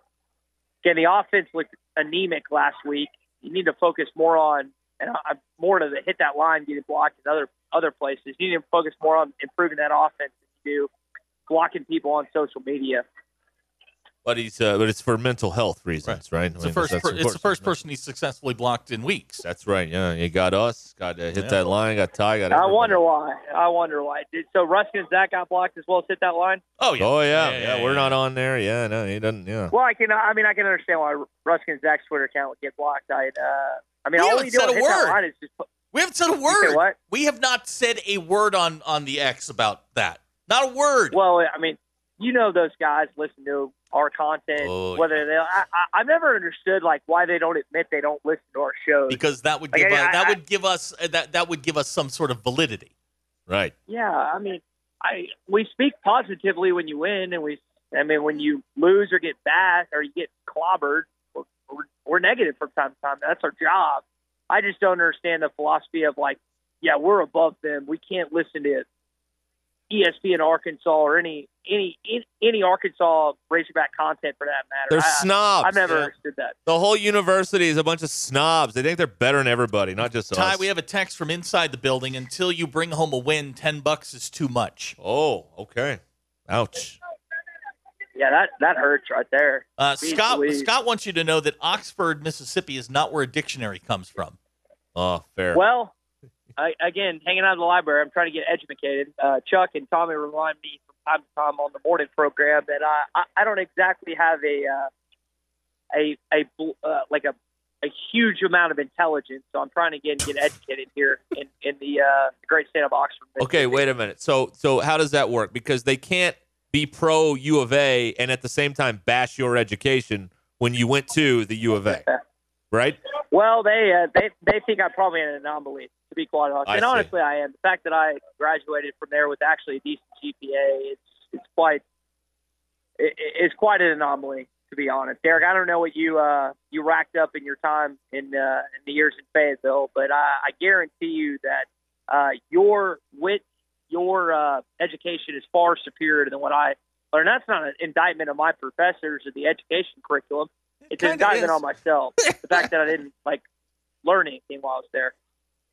again, the offense looked anemic last week. You need to focus more on, and I, I'm more to the hit that line, get it blocked in other other places. You need to focus more on improving that offense than you do blocking people on social media.
But he's uh, but it's for mental health reasons, right?
It's the first. Per, it's the first person he's successfully blocked in weeks.
That's right. Yeah, you got us. Got uh, hit
Yeah.
that line. Got Ty. Got.
I
everybody.
wonder why. I wonder why. Did, so Ruskin and Zach got blocked as well as hit that line.
Oh yeah.
Oh yeah, yeah. we're not on there. Yeah, no, he doesn't. Yeah.
Well, I can. I mean, I can understand why Ruskin and Zach's Twitter account would get blocked. I, uh, I mean,
We
all
haven't
you do
said
on
a
hit that
word.
line is just put,
We haven't said a word. We have not said a word on on the X about that. Not a word.
Well, I mean, you know those guys listen to our content.
Oh,
whether they, I, I, I've never understood like why they don't admit they don't listen to our shows.
because that would
Like,
give
I-
us,
I-
that
I-
would give us uh, that that would give us some sort of validity.
Right.
Yeah, I mean, I we speak positively when you win, and we, I mean, when you lose or get bashed or you get clobbered, we're, we're, we're negative from time to time. That's our job. I just don't understand the philosophy of like, yeah, we're above them. We can't listen to E ESP in Arkansas or any any any Arkansas Razorback content for that matter.
They're
I-
snobs,
I've never
yeah.
understood that.
The whole university is a bunch of snobs. They think they're better than everybody, not just
Ty,
us.
we have a text from inside the building. Until you bring home a win, ten bucks is too much.
Oh, okay. Ouch.
Yeah, that that hurts right there.
Uh,
Jeez
Scott
Louise.
Scott wants you to know that Oxford, Mississippi, is not where a dictionary comes from.
Oh, fair.
Well, I, again, hanging out in the library, I'm trying to get educated. Uh, Chuck and Tommy remind me from time to time on the morning program that I, I, I don't exactly have a uh, a a bl- uh, like a a huge amount of intelligence, so I'm trying to get get educated here in in the uh, great state of Oxford.
Okay, wait a minute. So, so how does that work? Because they can't be pro U of A and at the same time bash your education when you went to the U of A, right?
Well, they uh, they they think I'm probably an anomaly, to be quite honest.
I
and
see.
honestly, I am. The fact that I graduated from there with actually a decent GPA, it's it's quite it, it's quite an anomaly, to be honest. Derek, I don't know what you uh you racked up in your time in uh, in the years in Fayetteville, but I, I guarantee you that uh, your wit, your uh, education is far superior than what I learned. That's not an indictment of my professors or the education curriculum. It's an
kinda
indictment
is.
on myself. the fact that I didn't like learn anything while I was there.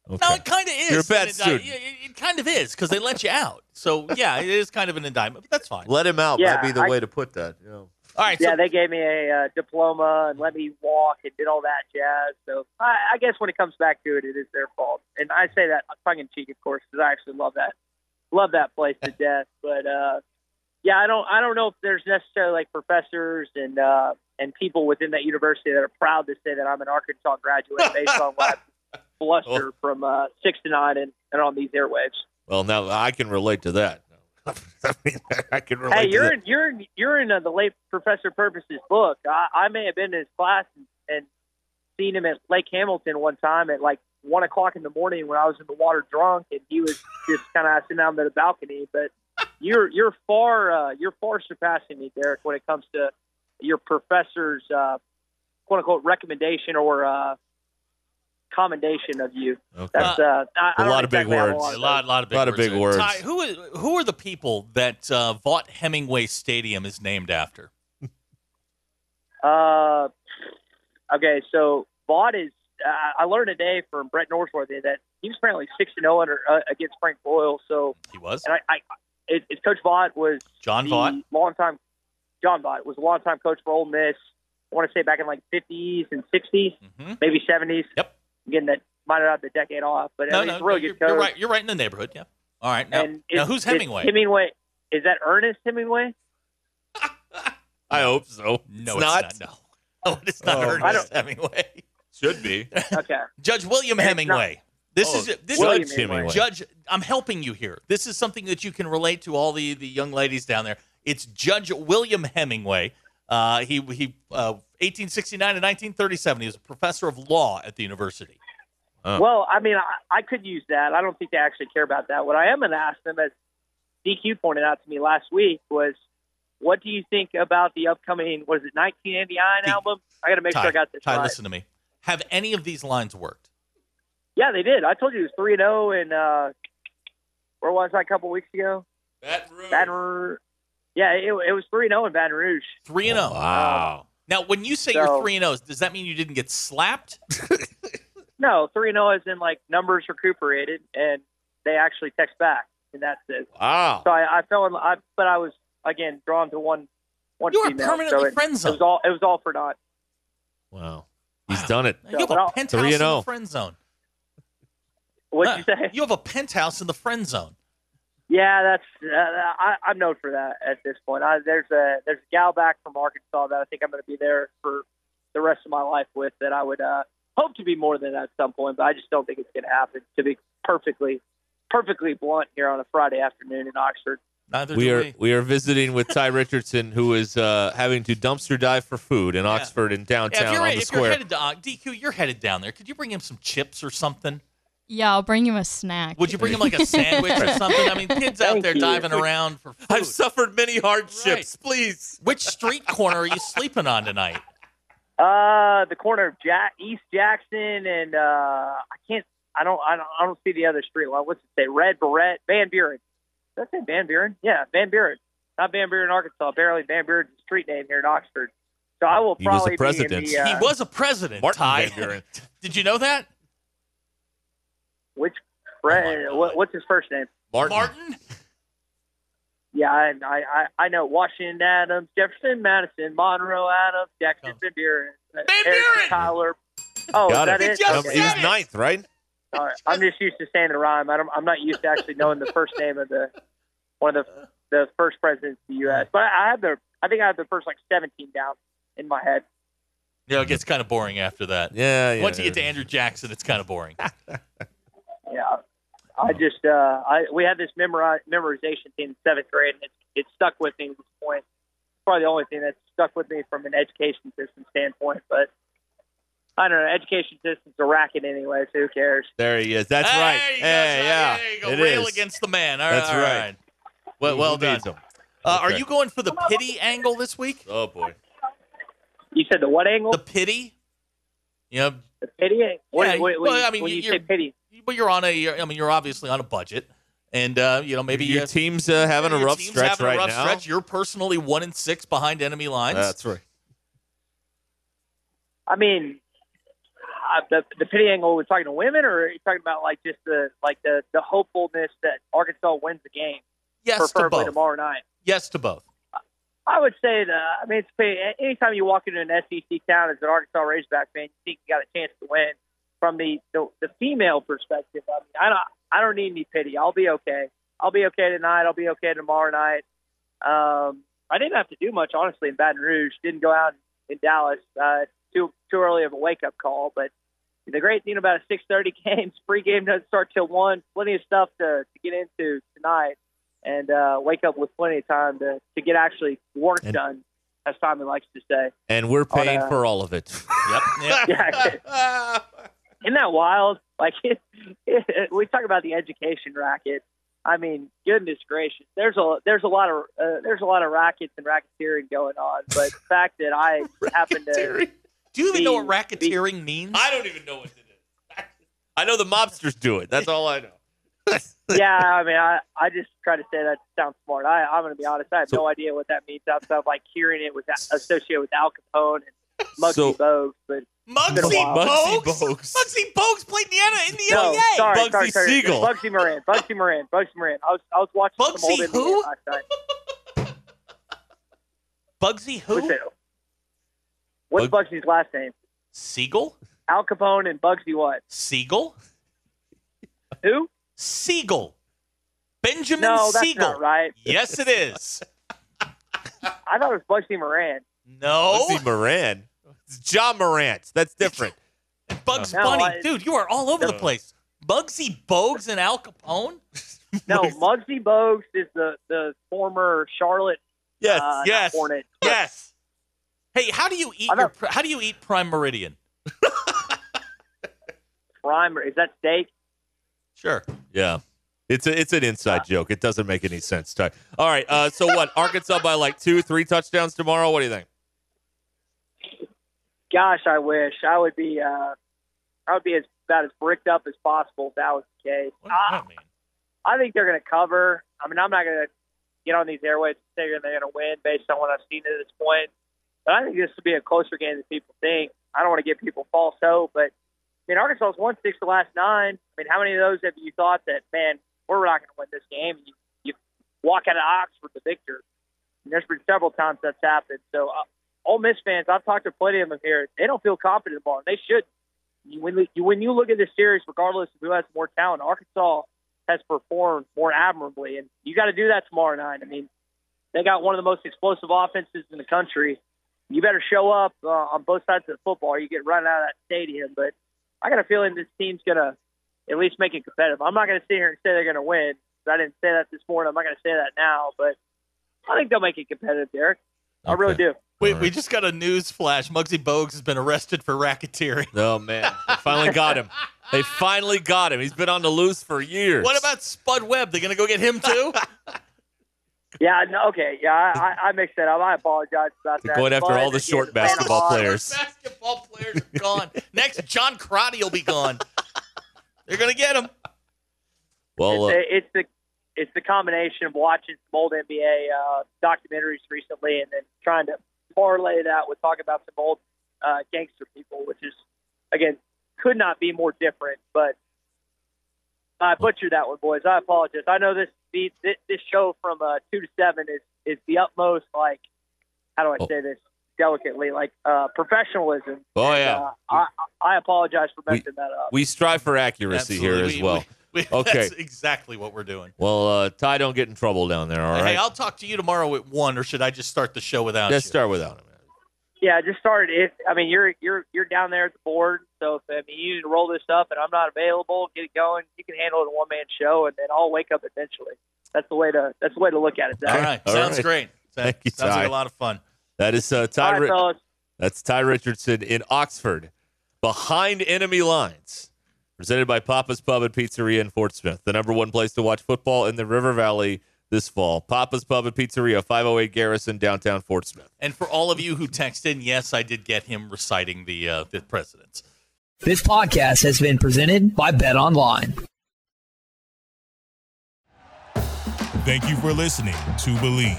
No, it kind of is.
You're a bad
It-
student.
It, it, kind of is because they let you out. So yeah, it is kind of an indictment, but that's fine.
Let him out.
Yeah,
might be the
I-
way to put that. You know.
All right,
yeah,
so-
they gave me a uh, diploma and let me walk and did all that jazz. So I, I guess when it comes back to it, it is their fault. And I say that tongue in cheek, of course, because I actually love that love that place to death. But uh, yeah, I don't I don't know if there's necessarily like professors and uh, and people within that university that are proud to say that I'm an Arkansas graduate based on my bluster from uh, six to nine and, and on these airwaves.
Well, now I can relate to that. I mean, I can relate.
Hey,
to
you're
that.
in, you're in, you're in uh, the late Professor Purvis's book. I, I may have been in his class and, and seen him at Lake Hamilton one time at like one o'clock in the morning when I was in the water drunk, and he was just kind of sitting down by the balcony. But you're you're far uh, you're far surpassing me, Derek, when it comes to your professor's uh, quote unquote recommendation or uh, commendation of you.
Okay.
That's uh, I, I
a
don't
lot of big
exactly have
words.
A lot
lot,
of
lot of big
Lot of
words.
big words.
Ty, who is- who are the people that uh, Vaught Hemingway Stadium is named after?
Uh, okay, so Vaught is. Uh, I learned today from Brett Northworthy that he was apparently six to zero under uh, against Frank Boyle. So
He was
and I, I it, it, Coach Vaught was
John Vaught.
long time. John Vaught was a long time coach for Ole Miss. I want to say back in like fifties and 60s
Mhm.
maybe seventies.
Yep.
Again, that might not have the decade off, but
No,
he's
no,
a really
you're,
good coach.
you're right. You're right in the neighborhood. Yeah. All right. Now,
And
now
it's-
who's
it's
Hemingway?
Hemingway is that Ernest Hemingway?
I hope so.
No,
it's
not.
not.
No, no, it's not
Oh, I
Ernest Hemingway.
Should be.
Okay.
Judge William
And it's
Hemingway. This
Oh,
is this
William
is,
Hemingway.
Judge. I'm helping you here. This is something that you can relate to all the the young ladies down there. It's Judge William Hemingway. Uh, he he. Uh, 1869 to 1937, he was a professor of law at the university.
Huh.
Well, I mean, I, I could use that. I don't think they actually care about that. What I am going to ask them, as DQ pointed out to me last week, was what do you think about the upcoming, what is it, 1989
The-
album? I got to make
Ty,
sure I got this
Ty,
right.
listen to me. Have any of these lines worked?
Yeah, they did. I told you it was 3 0 and uh, where was I a couple weeks ago?
Baton Rouge.
Baton Rouge. Yeah, it, it was 3 0 in Baton Rouge.
Three and zero.
Oh, Wow.
Now, when you say
So-
you're three and zero, does that mean you didn't get slapped?
No, 3 0 is in like numbers recuperated, and they actually text back in that sense.
Wow.
So I, I fell in I but I was again drawn to one one
You are
female.
permanently
so it,
friend
it was all it was all for naught.
Wow. He's done it.
You have
but I'll-
a penthouse
Three and
in the
oh.
friend zone.
What'd you
Huh.
say?
Uh, You have a penthouse in the friend zone.
Yeah, that's uh, I, I'm known for that at this point. I, there's a there's a gal back from Arkansas that I think I'm going to be there for the rest of my life with. That I would uh, hope to be more than that at some point, but I just don't think it's going to happen. To be perfectly, perfectly blunt here on a Friday afternoon in Oxford.
Neither
we
do
are
we.
we are visiting with Ty Richardson, who is uh, having to dumpster dive for food in Oxford and
Yeah,
downtown
if you're,
on the
if
square.
you're headed to uh, DQ, you're headed down there. Could you bring him some chips or something?
Yeah, I'll bring you a snack.
Would you bring him like a sandwich or something? I mean, kids out there
you.
diving around for food. I've
suffered many hardships. Please.
Which street corner are you sleeping on tonight?
Uh, the corner of Jack, East Jackson and uh, I can't. I don't. I don't. I don't see the other street. Well, what's it say? Red Barrett, Van Buren. Did I say Van Buren? Yeah, Van Buren. Not Van Buren, Arkansas. Apparently, Van Buren's a street name here in Oxford. So I will
He was a
probably
president.
Be in the, uh,
he was a president.
Martin
Ty.
Van Buren.
Did you know that?
Which
Oh
Fred? what, what's his first name?
Martin.
Martin?
Yeah, I, I I- I know Washington Adams, Jefferson Madison, Monroe Adams, Jackson Van Buren, Van Buren, Tyler. Oh,
Oh. Got
is
it.
that it?
Um,
Okay.
he was ninth, right?
All right. I'm just used to saying the rhyme. I don't, I'm not used to actually knowing the first name of the one of the the first presidents of the U.S. But I have the I think I have the first like 17 down in my head.
You know, it gets kind of boring after that.
Yeah, yeah.
Once you get to Andrew Jackson, it's kind of boring.
Yeah, I just uh, I we had this memori- memorization thing in seventh grade, and it, it stuck with me to this point. It's probably the only thing that's stuck with me from an education system standpoint. But I don't know, education system's a racket anyway, so who cares?
There he is. That's
There
right.
you go,
Hey,
Ty.
yeah.
There you go.
It
Rail
is.
against the man. All right.
That's right.
Well,
Who
well done.
needs 'em?
Uh, are
Okay.
you going for the pity angle this week?
Oh boy.
You said the what angle?
The pity? You know,
The pity? What,
Yeah,
what, what,
well, I mean,
when you
you're-
say pity,
but you're on a. You're, I mean, you're obviously on a budget, and uh, you know maybe
Your
uh,
team's uh, having a
your
rough
team's
stretch
having a
right
rough
now.
Stretch. You're personally one and six behind enemy lines.
That's right.
I mean, uh, the the pity angle. We're talking to women, or are you talking about like just the like the the hopefulness that Arkansas wins the game,
yes to
preferably
both.
tomorrow night.
Yes to both.
I would say that. I mean, it's pretty, anytime you walk into an SEC town as an Arkansas Razorback fan, you think you got a chance to win. From the the, the female perspective, I mean, I don't I don't need any pity. I'll be okay. I'll be okay tonight. I'll be okay tomorrow night. Um, I didn't have to do much honestly in Baton Rouge. Didn't go out in Dallas. Uh, too too early of a wake up call. But the great thing about a six thirty game, pregame doesn't start till one. Plenty of stuff to, to get into tonight, and uh, wake up with plenty of time to, to get actually work
And-
done, as Tommy likes to say.
And we're
On
paying
a-
for all of it.
Yep. yep.
Yeah. Isn't that wild? Like it, it, we talk about the education racket. I mean, goodness gracious, there's a there's a lot of uh, there's a lot of rackets and racketeering going on. But the fact that I happen to
Do you even know what
Be- be-
racketeering means?
I don't even know what it is. I know the mobsters do it. That's all I know.
yeah, I mean, I, I just try to say that sounds smart. I, I'm going to be honest. I have no idea what that means outside of like hearing it with associated with Al Capone and Muggsy
So-
Bogues. But Been a
Muggsy
while.
Muggsy
Bogues.
Bogues.
Muggsy Bogues played Indiana in the
no,
NBA.
sorry,
Bugsy
sorry, sorry.
Siegel.
Bugsy Moran, Bugsy Moran, Bugsy Moran. I was I was watching some old
Bugsy
NBA
who?
last night.
Bugsy who?
What's, it? What's Bugsy's last name?
Siegel.
Al Capone and Bugsy what?
Siegel.
Who?
Siegel. Benjamin
No, that's
Siegel.
not right.
Yes, it is.
I thought it was Bugsy Moran.
No.
Muggsy Moran. It's John Morant. That's different.
Bugs
No,
Bunny.
I-
Dude, you are all over the place. Bugsy Bogues and Al Capone?
No, Muggsy Bogues is the the former Charlotte
Yes.
uh,
yes.
Hornet.
Yes. Hey, how do you eat
I'm
your,
not-
pri- how do you eat prime meridian?
Prime is that steak?
Sure.
Yeah. It's a, it's an inside joke. It doesn't make any sense, Ty. All right. Uh, so what? Arkansas by like two, three touchdowns tomorrow. What do you think?
Gosh, I wish I would be. Uh, I would be as about as bricked up as possible if that was the case.
What does
I,
that mean?
I think they're going to cover. I mean, I'm not going to get on these airways and say they're going to win based on what I've seen to this point. But I think this will be a closer game than people think. I don't want to give people false hope, but I mean, Arkansas has won six of the last nine. I mean, how many of those have you thought that, man, we're not going to win this game? You, you walk out of Oxford the victor. And there's been several times that's happened. So, uh, Ole Miss fans, I've talked to plenty of them here. They don't feel confident about it. They should. You- When you, when you look at this series, regardless of who has more talent, Arkansas has performed more admirably, and you got to do that tomorrow night. I mean, they got one of the most explosive offenses in the country. You better show up uh, on both sides of the football. Or you get run out of that stadium, but I got a feeling this team's gonna at least make it competitive. I'm not gonna sit here and say they're gonna win. 'cause I didn't say that this morning. I'm not gonna say that now, but I think they'll make it competitive, Derek. I really do.
We, we just got a news flash. Muggsy Bogues has been arrested for racketeering.
Oh man, they finally got him. They finally got him. He's been on the loose for years.
What about Spud Webb? They're gonna go get him too.
Yeah, no, okay, yeah, I, I, I mixed that up. I apologize about that.
Going after
But
all the
again,
short
playing a
basketball
lot.
players.
Basketball players are gone. Next, John Crotty will be gone. They're gonna get him.
Well, uh,
It's, it's the it's the combination of watching some old NBA uh, documentaries recently, and then trying to parlay that with talking about some old uh, gangster people, which is again could not be more different. But I butchered that one, boys. I apologize. I know this the, thi- this show from uh, two to seven is is the utmost like how do I say this delicately like uh, professionalism.
oh yeah.
Uh, I I I apologize for messing that up.
we strive for accuracy here as
Absolutely. We-
well.
we- we-
okay.
That's exactly what we're doing.
Well, uh, Ty, don't get in trouble down there. All right.
Hey, I'll talk to you tomorrow at one, or should I just start the show without
Let's
you?
start without him.
Yeah, I just started. If I mean, you're you're you're down there at the board, so if I mean, you need to roll this up, and I'm not available, get it going. You can handle it in one man show, and then I'll wake up eventually. That's the way to that's the way to look at it. Zach.
All right.
All
Sounds
right.
great. Sounds,
Thank you,
sounds
Ty.
like a lot of fun.
That is uh,
All
Ty.
right,
Ri-
fellas.
That's Ty Richardson in Oxford, behind enemy lines. Presented by Papa's Pub and Pizzeria in Fort Smith, the number one place to watch football in the River Valley this fall. Papa's Pub and Pizzeria, 508 Garrison, downtown Fort Smith.
And for all of you who texted in, yes, I did get him reciting the uh, the presidents.
This podcast has been presented by Bet Online.
Thank you for listening to Believe.